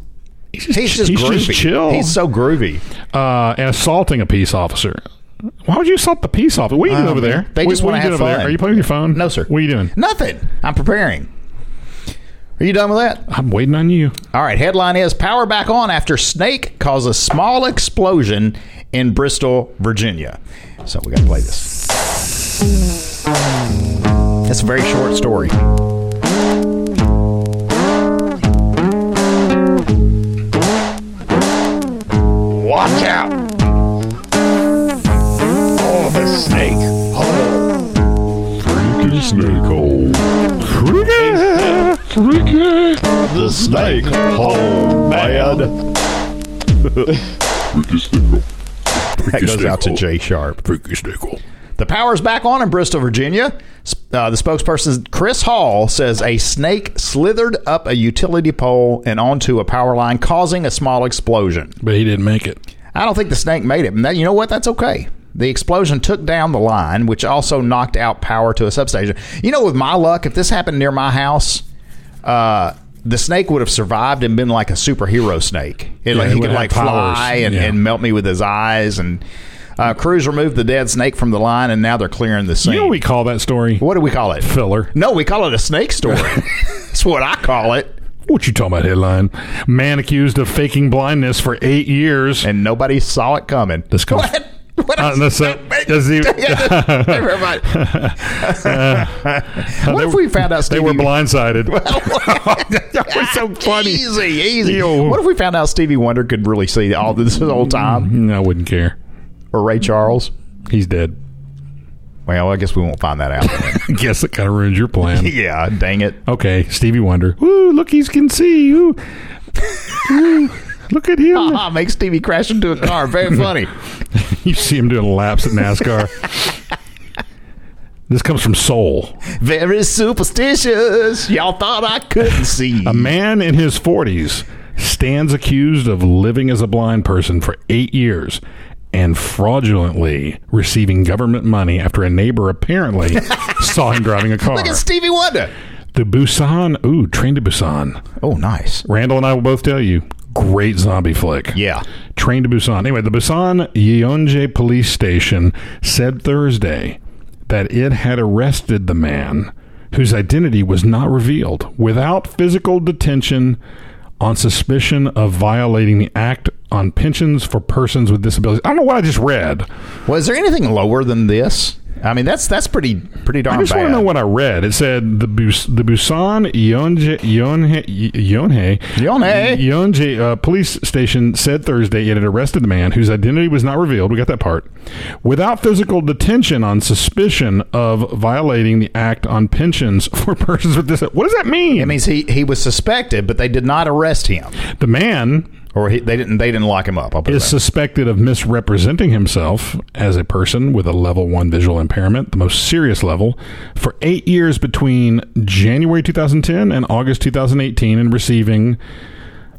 Speaker 2: he's just,
Speaker 3: He's just
Speaker 2: he's
Speaker 3: groovy.
Speaker 2: just chill.
Speaker 3: He's so groovy.
Speaker 2: uh, and assaulting a peace officer. Why would you assault the peace officer? What are you doing
Speaker 3: Um,
Speaker 2: over there?
Speaker 3: they
Speaker 2: What-
Speaker 3: just
Speaker 2: what
Speaker 3: wanna
Speaker 2: are you
Speaker 3: have
Speaker 2: doing over there?
Speaker 3: fun.
Speaker 2: Are you playing with your phone?
Speaker 3: No, sir.
Speaker 2: What are you doing?
Speaker 3: Nothing. I'm preparing. Are you done with that?
Speaker 2: I'm waiting on you.
Speaker 3: All right. Headline is Power back on after snake causes small explosion in Bristol, Virginia. So we got to play this. It's a very short story.
Speaker 4: Watch out! Oh, the snake hole. Freaky snake hole. Freaky, freaky. The snake hole, man.
Speaker 3: That goes out to Jay Sharp.
Speaker 2: Freaky snickle.
Speaker 3: The power's back on in Bristol, Virginia. Uh, the spokesperson, Chris Hall, says a snake slithered up a utility pole and onto a power line, causing a small explosion.
Speaker 2: But he didn't make it.
Speaker 3: I don't think the snake made it. And that, you know what? That's okay. The explosion took down the line, which also knocked out power to a substation. You know, with my luck, if this happened near my house, uh, the snake would have survived and been like a superhero snake. It,
Speaker 2: Yeah,
Speaker 3: like,
Speaker 2: it
Speaker 3: he
Speaker 2: would
Speaker 3: could
Speaker 2: have
Speaker 3: like
Speaker 2: powers.
Speaker 3: fly and,
Speaker 2: Yeah.
Speaker 3: and melt me with his eyes. And uh, crews removed the dead snake from the line, and now they're clearing the scene.
Speaker 2: You know what we call that story?
Speaker 3: what do we call it?
Speaker 2: Filler.
Speaker 3: No, we call it a snake story. That's what I call it.
Speaker 2: What you talking about? Headline: Man accused of faking blindness for eight years.
Speaker 3: And nobody saw it coming.
Speaker 2: This comes-
Speaker 3: What? What
Speaker 2: Uh,
Speaker 3: else?
Speaker 2: that's it. That's the-
Speaker 3: Everybody. what if we found out
Speaker 2: they
Speaker 3: Stevie
Speaker 2: were
Speaker 3: Oh,
Speaker 2: blindsided. that was so funny.
Speaker 3: Easy, easy.
Speaker 2: Ew.
Speaker 3: What if we found out Stevie Wonder could really see all this the whole time,
Speaker 2: Mm, I wouldn't care.
Speaker 3: or Ray Charles?
Speaker 2: He's dead.
Speaker 3: Well, I guess we won't find that out.
Speaker 2: Guess it kind of ruins your plan.
Speaker 3: yeah, dang it.
Speaker 2: Okay, Stevie Wonder. Ooh, look, he can see. Ooh, Ooh, look at him.
Speaker 3: Ah, make Stevie crash into a car. Very funny.
Speaker 2: You see him doing laps at NASCAR. this comes from Seoul.
Speaker 3: Very superstitious. Y'all thought I couldn't see.
Speaker 2: A man in his 40s stands accused of living as a blind person for eight years and fraudulently receiving government money after a neighbor apparently saw him driving a car.
Speaker 3: Look at Stevie Wonder.
Speaker 2: The Busan, ooh, Train to Busan.
Speaker 3: Oh, nice.
Speaker 2: Randall and I will both tell you, great zombie flick.
Speaker 3: Yeah.
Speaker 2: Train to Busan. Anyway, the Busan Yeonje police station said Thursday that it had arrested the man whose identity was not revealed without physical detention on suspicion of violating the act on pensions for persons with disabilities. I don't know what I just read.
Speaker 3: Was there anything lower than this? I mean, that's that's pretty pretty darn
Speaker 2: I just
Speaker 3: bad.
Speaker 2: want to know what I read. It said the Bus- the Busan Yeonje Yeonhe Yeonhe
Speaker 3: Yeonhe.
Speaker 2: Yeonje uh, police station said Thursday it had arrested the man whose identity was not revealed. We got that part. Without physical detention on suspicion of violating the act on pensions for persons with disabilities. What does that mean?
Speaker 3: It means he, he was suspected, but they did not arrest him,
Speaker 2: the man
Speaker 3: or he, they didn't they didn't lock him up. I'll put it
Speaker 2: is
Speaker 3: that way.
Speaker 2: suspected of misrepresenting himself as a person with a level one visual impairment, the most serious level, for eight years between January 2010 and August 2018, and receiving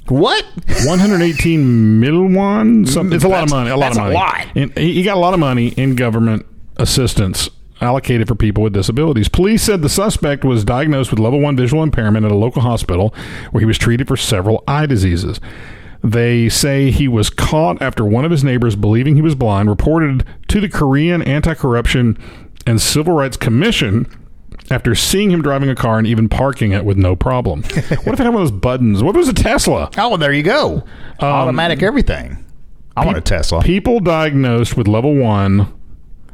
Speaker 3: what?
Speaker 2: 118 million won. Some, it's a lot of
Speaker 3: That's-
Speaker 2: money. A lot
Speaker 3: that's
Speaker 2: of
Speaker 3: a
Speaker 2: money.
Speaker 3: lot.
Speaker 2: And he he got a lot of money in government assistance allocated for people with disabilities. Police said the suspect was diagnosed with level 1 visual impairment at a local hospital where he was treated for several eye diseases. They say he was caught after one of his neighbors believing he was blind reported to the Korean Anti-Corruption and Civil Rights Commission after seeing him driving a car and even parking it with no problem. what if they had one of those buttons? What if it was a Tesla?
Speaker 3: Oh, well, there you go. Automatic everything. I want a Tesla.
Speaker 2: People diagnosed with level one.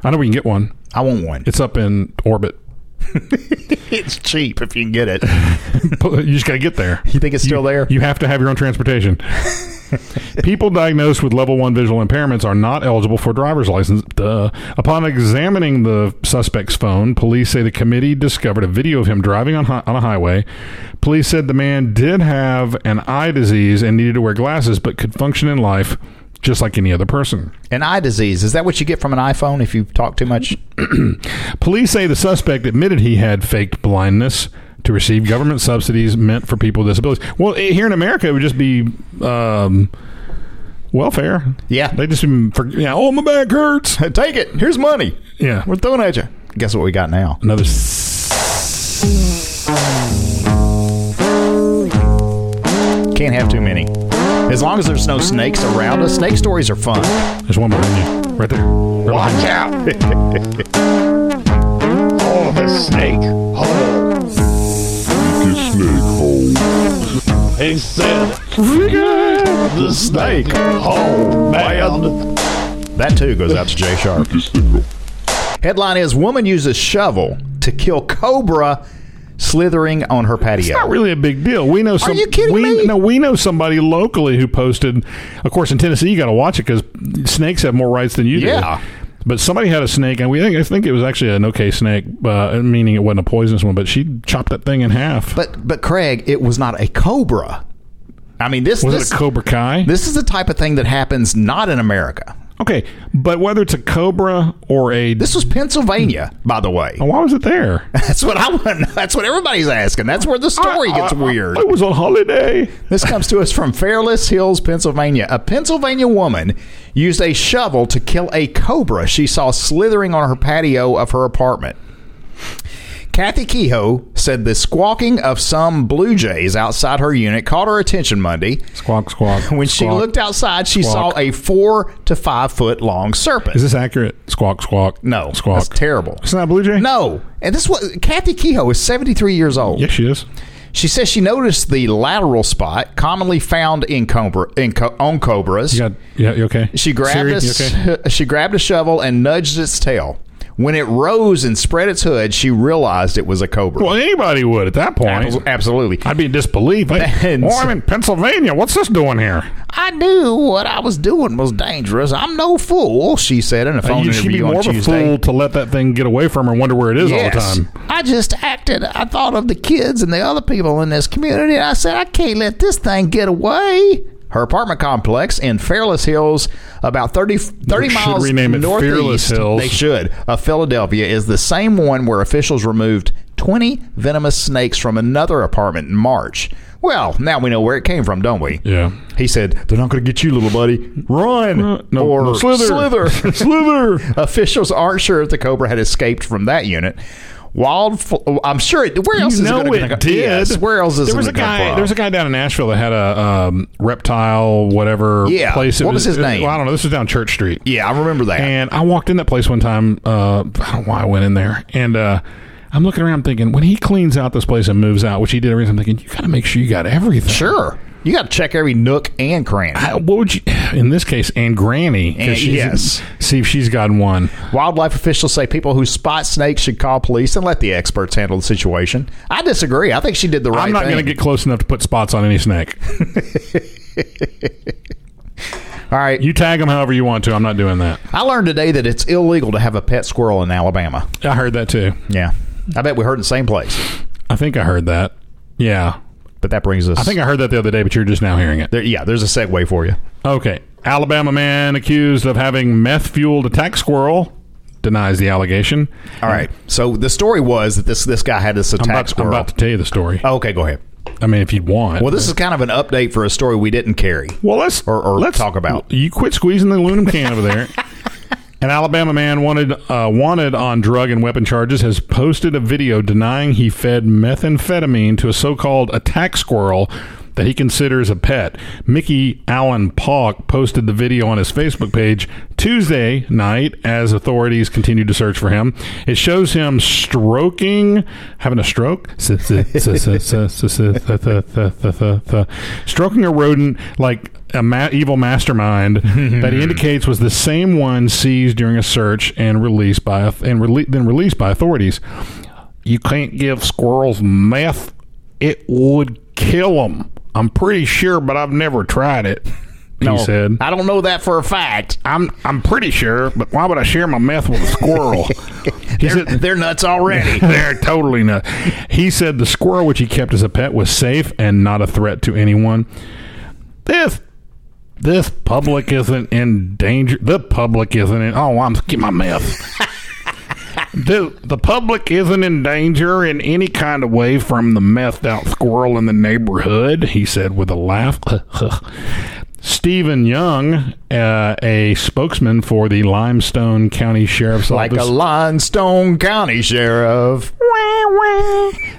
Speaker 2: I know we can get one.
Speaker 3: I want one.
Speaker 2: It's up in orbit.
Speaker 3: it's cheap if you can get it.
Speaker 2: you just got to get there.
Speaker 3: You think it's still there?
Speaker 2: You have to have your own transportation. People diagnosed with level one visual impairments are not eligible for driver's license. Duh. Upon examining the suspect's phone, police say the committee discovered a video of him driving on, hi- on a highway. Police said the man did have an eye disease and needed to wear glasses, but could function in life just like any other person.
Speaker 3: An eye disease is that what you get from an iPhone if you talk too much?
Speaker 2: Police say the suspect admitted he had faked blindness to receive government subsidies meant for people with disabilities. Well, i- here in America, it would just be um, welfare.
Speaker 3: Yeah.
Speaker 2: they just even for, yeah. Oh, my back hurts.
Speaker 3: Take it. Here's money.
Speaker 2: Yeah,
Speaker 3: We're throwing at you. Guess what we got now?
Speaker 2: another. s-
Speaker 3: Can't have too many. As long as there's no snakes around us, snake stories are fun.
Speaker 2: There's one behind you, right there. Right behind
Speaker 4: Watch out! oh, the snake hole. The snake hole. He said, Frigga! The snake hole, man.
Speaker 3: That too goes out to Jay Sharp. Headline is Woman uses shovel to kill cobra slithering on her patio.
Speaker 2: not really a big deal. We know some.
Speaker 3: you kidding
Speaker 2: we,
Speaker 3: me?
Speaker 2: No, we know somebody locally who posted. Of course, in Tennessee, you got to watch it because snakes have more rights than you
Speaker 3: Yeah.
Speaker 2: do. But somebody had a snake, and we think I think it was actually an okay snake, uh, meaning it wasn't a poisonous one. But she chopped that thing in half.
Speaker 3: But but Craig, it was not a cobra. I mean this
Speaker 2: was
Speaker 3: this,
Speaker 2: it a cobra kai?
Speaker 3: this is the type of thing that happens not in America.
Speaker 2: okay, but whether it's a cobra or a Oh,
Speaker 3: This was Pennsylvania, by the way.
Speaker 2: why was it there?
Speaker 3: That's what I want. to know. That's what everybody's asking. That's where the story gets
Speaker 2: I- I-
Speaker 3: weird.
Speaker 2: I Uh, was on holiday.
Speaker 3: This comes to us from Fairless Hills, Pennsylvania. A Pennsylvania woman used a shovel to kill a cobra she saw slithering on her patio of her apartment. Kathy Kehoe said the squawking of some blue jays outside her unit caught her attention Monday.
Speaker 2: Squawk squawk.
Speaker 3: When she
Speaker 2: squawk.
Speaker 3: looked outside, she
Speaker 2: Squawk.
Speaker 3: saw a four to five foot long serpent.
Speaker 2: is this accurate? Squawk squawk.
Speaker 3: no,
Speaker 2: squawk.
Speaker 3: that's terrible.
Speaker 2: It's not a blue jay.
Speaker 3: No, and this was Kathy Kehoe is seventy three years old.
Speaker 2: Yes, she is.
Speaker 3: She says she noticed the lateral spot commonly found in cobra in co- on cobras.
Speaker 2: You got yeah. You okay?
Speaker 3: She grabbed
Speaker 2: Siri,
Speaker 3: a,
Speaker 2: you okay?
Speaker 3: s- she grabbed a shovel and nudged its tail. When it rose and spread its hood, she realized it was a cobra.
Speaker 2: Well, anybody would at that point.
Speaker 3: Abso- Absolutely.
Speaker 2: I'd be in disbelief. I,
Speaker 3: And-
Speaker 2: oh, I'm in Pennsylvania. What's this doing here?
Speaker 3: I knew what I was doing was dangerous. I'm no fool, she said in a phone
Speaker 2: you should
Speaker 3: interview
Speaker 2: be more
Speaker 3: on
Speaker 2: of a
Speaker 3: Tuesday.
Speaker 2: fool to let that thing get away from her and wonder where it is all the time.
Speaker 3: I just acted. I thought of the kids and the other people in this community. And I said, I can't let this thing get away. Her apartment complex in Fairless Hills, about 30, 30
Speaker 2: They should
Speaker 3: miles
Speaker 2: rename it
Speaker 3: northeast.
Speaker 2: Fearless Hills.
Speaker 3: They should. Of Philadelphia is the same one where officials removed 20 venomous snakes from another apartment in March. Well, now we know where it came from, don't we?
Speaker 2: Yeah.
Speaker 3: He said, They're not going to get you, little buddy. Run!
Speaker 2: no,
Speaker 3: or
Speaker 2: no, slither.
Speaker 3: slither.
Speaker 2: Slither.
Speaker 3: Officials aren't sure if the Cobra had escaped from that unit. Wild, I'm sure it. Where else
Speaker 2: you
Speaker 3: is
Speaker 2: know
Speaker 3: it gonna
Speaker 2: it
Speaker 3: go-
Speaker 2: did.
Speaker 3: Yes, where else is
Speaker 2: there
Speaker 3: it
Speaker 2: was a
Speaker 3: gonna
Speaker 2: guy?
Speaker 3: Come
Speaker 2: There was a guy down in Nashville that had a um, reptile, whatever
Speaker 3: Yeah.
Speaker 2: place. It
Speaker 3: What was his name?
Speaker 2: well, I don't know. This was down Church Street.
Speaker 3: yeah, I remember that.
Speaker 2: And I walked in that place one time. Uh, I don't know why I went in there. And uh, I'm looking around thinking, when he cleans out this place and moves out, which he did every time, I'm thinking, you got to make sure you got everything.
Speaker 3: sure, you got to check every nook and cranny.
Speaker 2: I- what would you, in this case, and Granny? 'cause
Speaker 3: And-
Speaker 2: she's-
Speaker 3: Eh, yes.
Speaker 2: See if she's gotten one.
Speaker 3: Wildlife officials say people who spot snakes should call police and let the experts handle the situation. I disagree. I think she did the right.
Speaker 2: I'm not
Speaker 3: thing.
Speaker 2: going to get close enough to put spots on any snake.
Speaker 3: All right.
Speaker 2: You tag them however you want to. I'm not doing that.
Speaker 3: I learned today that it's illegal to have a pet squirrel in Alabama.
Speaker 2: I heard that too.
Speaker 3: Yeah, I bet we heard the same place.
Speaker 2: I think I heard that. Yeah.
Speaker 3: But that brings us.
Speaker 2: I think I heard that the other day, but you're just now hearing it.
Speaker 3: there, yeah, there's a segue for you.
Speaker 2: Okay. Alabama man accused of having meth fueled attack squirrel denies the allegation.
Speaker 3: All right. So the story was that this this guy had this attack
Speaker 2: I'm about, I'm
Speaker 3: squirrel.
Speaker 2: about to tell you the story.
Speaker 3: Oh, okay, go ahead.
Speaker 2: I mean, if you'd want.
Speaker 3: Well, this is kind of an update for a story we didn't carry.
Speaker 2: Well, let's
Speaker 3: Or- or
Speaker 2: let's
Speaker 3: talk about.
Speaker 2: You quit squeezing the aluminum can over there. An Alabama man wanted uh, wanted on drug and weapon charges has posted a video denying he fed methamphetamine to a so-called attack squirrel that he considers a pet. Mickey Allen Palk posted the video on his Facebook page Tuesday night as authorities continued to search for him. It shows him stroking, having a stroke, stroking a rodent like a ma- evil mastermind that he indicates was the same one seized during a search and released by and rele- then released by authorities. you can't give squirrels meth. It would kill them. I'm pretty sure, but I've never tried it.
Speaker 3: No,
Speaker 2: he said.
Speaker 3: I don't know that for a fact.
Speaker 2: I'm I'm pretty sure, but why would I share my meth with a squirrel? He
Speaker 3: They're,
Speaker 2: said-
Speaker 3: they're nuts already.
Speaker 2: They're totally not. He said the squirrel which he kept as a pet was safe and not a threat to anyone. This this public isn't in danger. The public isn't in. Oh, I'm get my meth. The, the public isn't in danger in any kind of way from the methed out squirrel in the neighborhood, he said with a laugh. Stephen Young, uh, a spokesman for the Limestone County Sheriff's
Speaker 3: like a
Speaker 2: Office,
Speaker 3: Limestone County sheriff.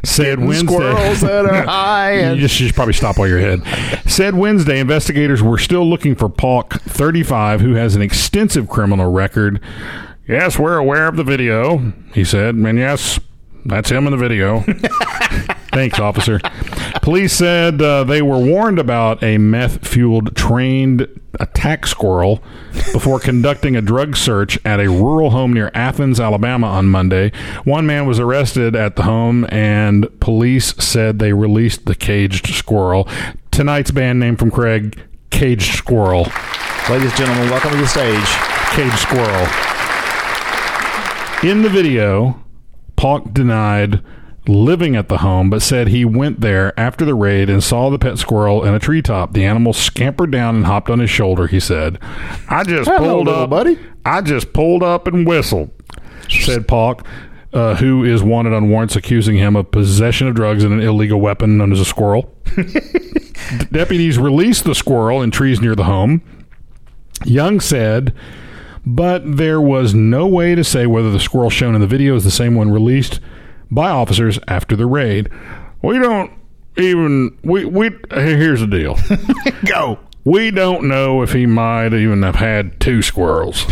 Speaker 2: said Wednesday.
Speaker 3: Squirrels that are high and
Speaker 2: you just you should probably stop while you're ahead. Said Wednesday, investigators were still looking for Palk, 35, who has an extensive criminal record. Yes, we're aware of the video, he said, and yes, that's him in the video. Thanks, officer. Police said uh, they were warned about a meth fueled trained attack squirrel before conducting a drug search at a rural home near Athens, Alabama on Monday. One man was arrested at the home, and police said they released the caged squirrel. Tonight's band name from Craig Caged Squirrel.
Speaker 3: Ladies and gentlemen, welcome to the stage.
Speaker 2: Caged Squirrel. In the video, Palk denied living at the home, but said he went there after the raid and saw the pet squirrel in a treetop. The animal scampered down and hopped on his shoulder. He said, "I just
Speaker 3: Hello,
Speaker 2: pulled
Speaker 3: little
Speaker 2: up,
Speaker 3: buddy."
Speaker 2: I just pulled up and whistled," said Palk. Uh, who is wanted on warrants accusing him of possession of drugs and an illegal weapon known as a squirrel? D- Deputies released the squirrel in trees near the home. Young said, but there was no way to say whether the squirrel shown in the video is the same one released by officers after the raid. We don't even we we here- here's the deal.
Speaker 3: Go.
Speaker 2: we don't know if he might even have had two squirrels.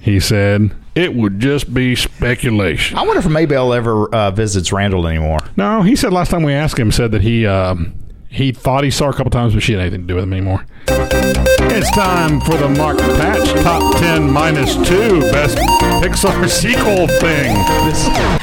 Speaker 2: he said it would just be speculation.
Speaker 3: I wonder if Maybell ever uh, visits Randall anymore.
Speaker 2: No, he said last time we asked him said that he um, he thought he saw her a couple times, but she had anything to do with him anymore. It's time for the Mark Patch Top 10 Minus 2 Best Pixar Sequel Thing.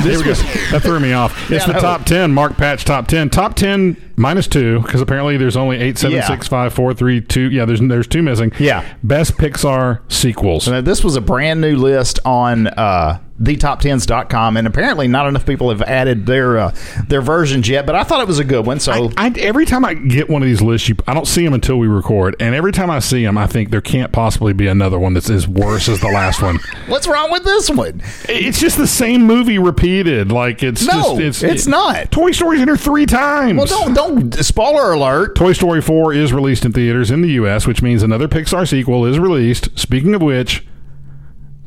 Speaker 2: There we go. That threw me off. It's
Speaker 3: Yeah,
Speaker 2: the
Speaker 3: that
Speaker 2: top 10, Mark Patch Top 10. Top 10 minus 2, because apparently there's only eight, seven,
Speaker 3: Yeah.
Speaker 2: six, five, four, three, two. Yeah, there's, there's two missing.
Speaker 3: Yeah.
Speaker 2: Best Pixar Sequels.
Speaker 3: Now, this was a brand new list on uh, thetop10s.com, and apparently not enough people have added their uh, their versions yet, but I thought it was a good one. So
Speaker 2: I, every time I get one of these lists, you, I don't see them until we record. And every time I see them, I think there can't possibly be another one that's as worse as the last one.
Speaker 3: what's wrong with this one?
Speaker 2: It's just the same movie repeated. Like it's
Speaker 3: No,
Speaker 2: just, it's
Speaker 3: it's not.
Speaker 2: Toy Story's in here three times.
Speaker 3: Well, don't, don't, spoiler alert.
Speaker 2: Toy Story 4 is released in theaters in the U.S., which means another Pixar sequel is released. Speaking of which,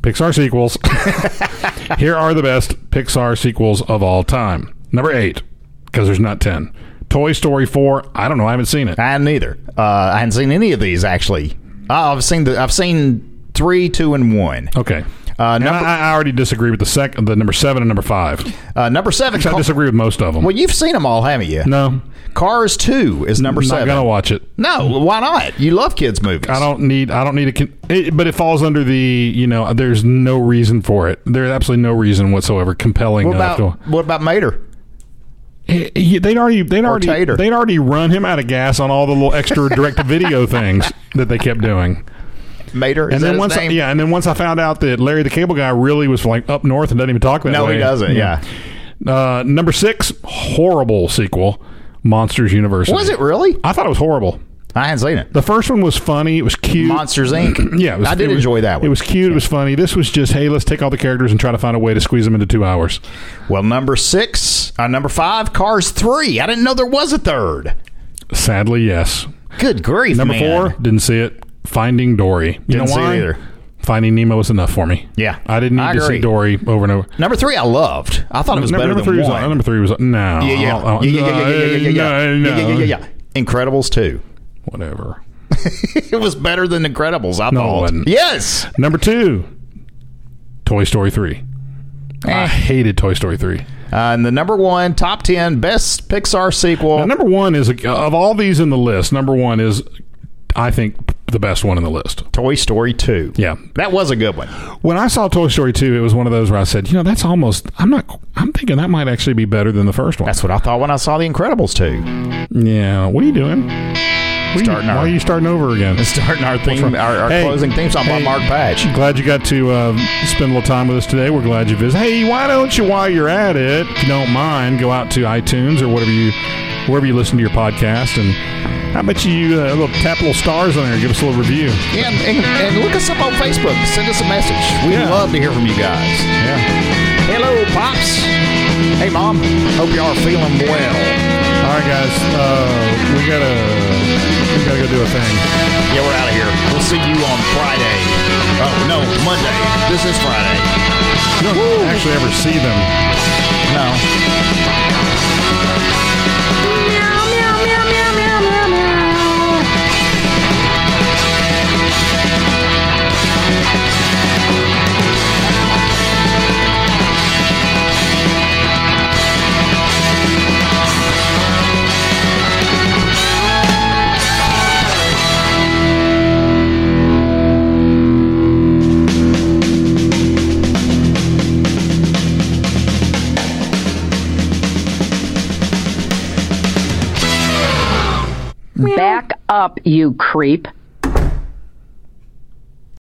Speaker 2: Pixar sequels. Here are the best Pixar sequels of all time. Number eight, because there's not ten. Toy Story 4. I don't know. I haven't seen it.
Speaker 3: I neither. Uh, I hadn't seen any of these, actually. Uh, I've seen the, I've seen three, two, and one.
Speaker 2: Okay.
Speaker 3: Uh,
Speaker 2: And
Speaker 3: number,
Speaker 2: I, I already disagree with the second, the number seven and number five.
Speaker 3: uh, number seven.
Speaker 2: I
Speaker 3: Ca-
Speaker 2: disagree with most of them.
Speaker 3: well, you've seen them all, haven't you?
Speaker 2: no,
Speaker 3: Cars 2 is number
Speaker 2: not
Speaker 3: 7.
Speaker 2: gonna watch it.
Speaker 3: no, why not? You love kids' movies.
Speaker 2: I don't need. I don't need a. Con- it, but it falls under the. You know, there's no reason for it. There's absolutely no reason whatsoever compelling.
Speaker 3: What
Speaker 2: enough
Speaker 3: about, what about Mater?
Speaker 2: to, Eh, they'd already. They'd already.
Speaker 3: Tater.
Speaker 2: They'd already run him out of gas on all the little extra direct to video things that they kept doing.
Speaker 3: Mater? Is
Speaker 2: And
Speaker 3: that
Speaker 2: then
Speaker 3: his
Speaker 2: once, I,
Speaker 3: name?
Speaker 2: yeah, and then once I found out that Larry the Cable Guy really was like up north and doesn't even talk that
Speaker 3: No,
Speaker 2: way.
Speaker 3: he doesn't, yeah.
Speaker 2: Uh, number six, horrible sequel, Monsters University.
Speaker 3: Was it really?
Speaker 2: I thought it was horrible.
Speaker 3: I hadn't seen it.
Speaker 2: The first one was funny. It was cute.
Speaker 3: Monsters Inc.
Speaker 2: Yeah, it was,
Speaker 3: I
Speaker 2: it
Speaker 3: did
Speaker 2: was-
Speaker 3: enjoy that one.
Speaker 2: It was cute. It was funny. This was just, hey, let's take all the characters and try to find a way to squeeze them into two hours.
Speaker 3: well, number six, uh, number five, Cars three. I didn't know there was a third.
Speaker 2: Sadly, yes.
Speaker 3: Good grief!
Speaker 2: Number
Speaker 3: man.
Speaker 2: four, didn't see it. Finding Dory. You know
Speaker 3: Didn't see it
Speaker 2: why?
Speaker 3: either.
Speaker 2: Finding Nemo was enough for me.
Speaker 3: Yeah.
Speaker 2: I didn't need
Speaker 3: I
Speaker 2: to see
Speaker 3: agree.
Speaker 2: Dory over and over.
Speaker 3: Number three, I loved. I thought it was
Speaker 2: number,
Speaker 3: better
Speaker 2: number
Speaker 3: than
Speaker 2: three
Speaker 3: one.
Speaker 2: was number three was no.
Speaker 3: yeah, yeah.
Speaker 2: I'll- I'll-
Speaker 3: yeah, yeah, yeah, yeah, yeah, yeah, yeah,
Speaker 2: no,
Speaker 3: yeah, yeah, yeah,
Speaker 2: no.
Speaker 3: yeah, yeah. Incredibles two.
Speaker 2: Whatever.
Speaker 3: it was better than Incredibles. I
Speaker 2: No, it
Speaker 3: thought.
Speaker 2: wasn't.
Speaker 3: Yes.
Speaker 2: Number two, Toy Story three.
Speaker 3: Eh.
Speaker 2: I hated Toy Story three.
Speaker 3: Uh, and the number one top ten best Pixar sequel.
Speaker 2: Now, number one is of all these in the list. Number one is, I think, the best one in the list.
Speaker 3: Toy Story 2.
Speaker 2: Yeah.
Speaker 3: That was a good one.
Speaker 2: When I saw Toy Story 2, it was one of those where I said, you know, that's almost, I'm not, I'm thinking that might actually be better than the first one.
Speaker 3: That's what I thought when I saw The Incredibles 2.
Speaker 2: yeah. What are you doing? What are you-
Speaker 3: Starting our-
Speaker 2: why are you starting over again?
Speaker 3: Starting our theme,
Speaker 2: What's wrong?
Speaker 3: our, our
Speaker 2: Hey,
Speaker 3: closing theme song by
Speaker 2: hey.
Speaker 3: Mark Patch.
Speaker 2: Glad you got to uh, spend a little time with us today. We're glad you visited. Hey, why don't you, while you're at it, if you don't mind, go out to iTunes or whatever you, wherever you listen to your podcast, and I bet you uh, little tap little stars on there, give us a little review.
Speaker 3: Yeah, and, and look us up on Facebook. Send us a message. We
Speaker 2: Yeah.
Speaker 3: love to hear from you guys.
Speaker 2: Yeah.
Speaker 3: Hello, Pops. Hey, Mom. Hope y'all are feeling well.
Speaker 2: All right, guys, uh, we gotta we gotta go do a thing.
Speaker 3: Yeah, we're out of here. We'll see you on Friday. Oh, no, Monday. This is Friday.
Speaker 2: You don't actually ever see them.
Speaker 3: No.
Speaker 6: Back up, you creep.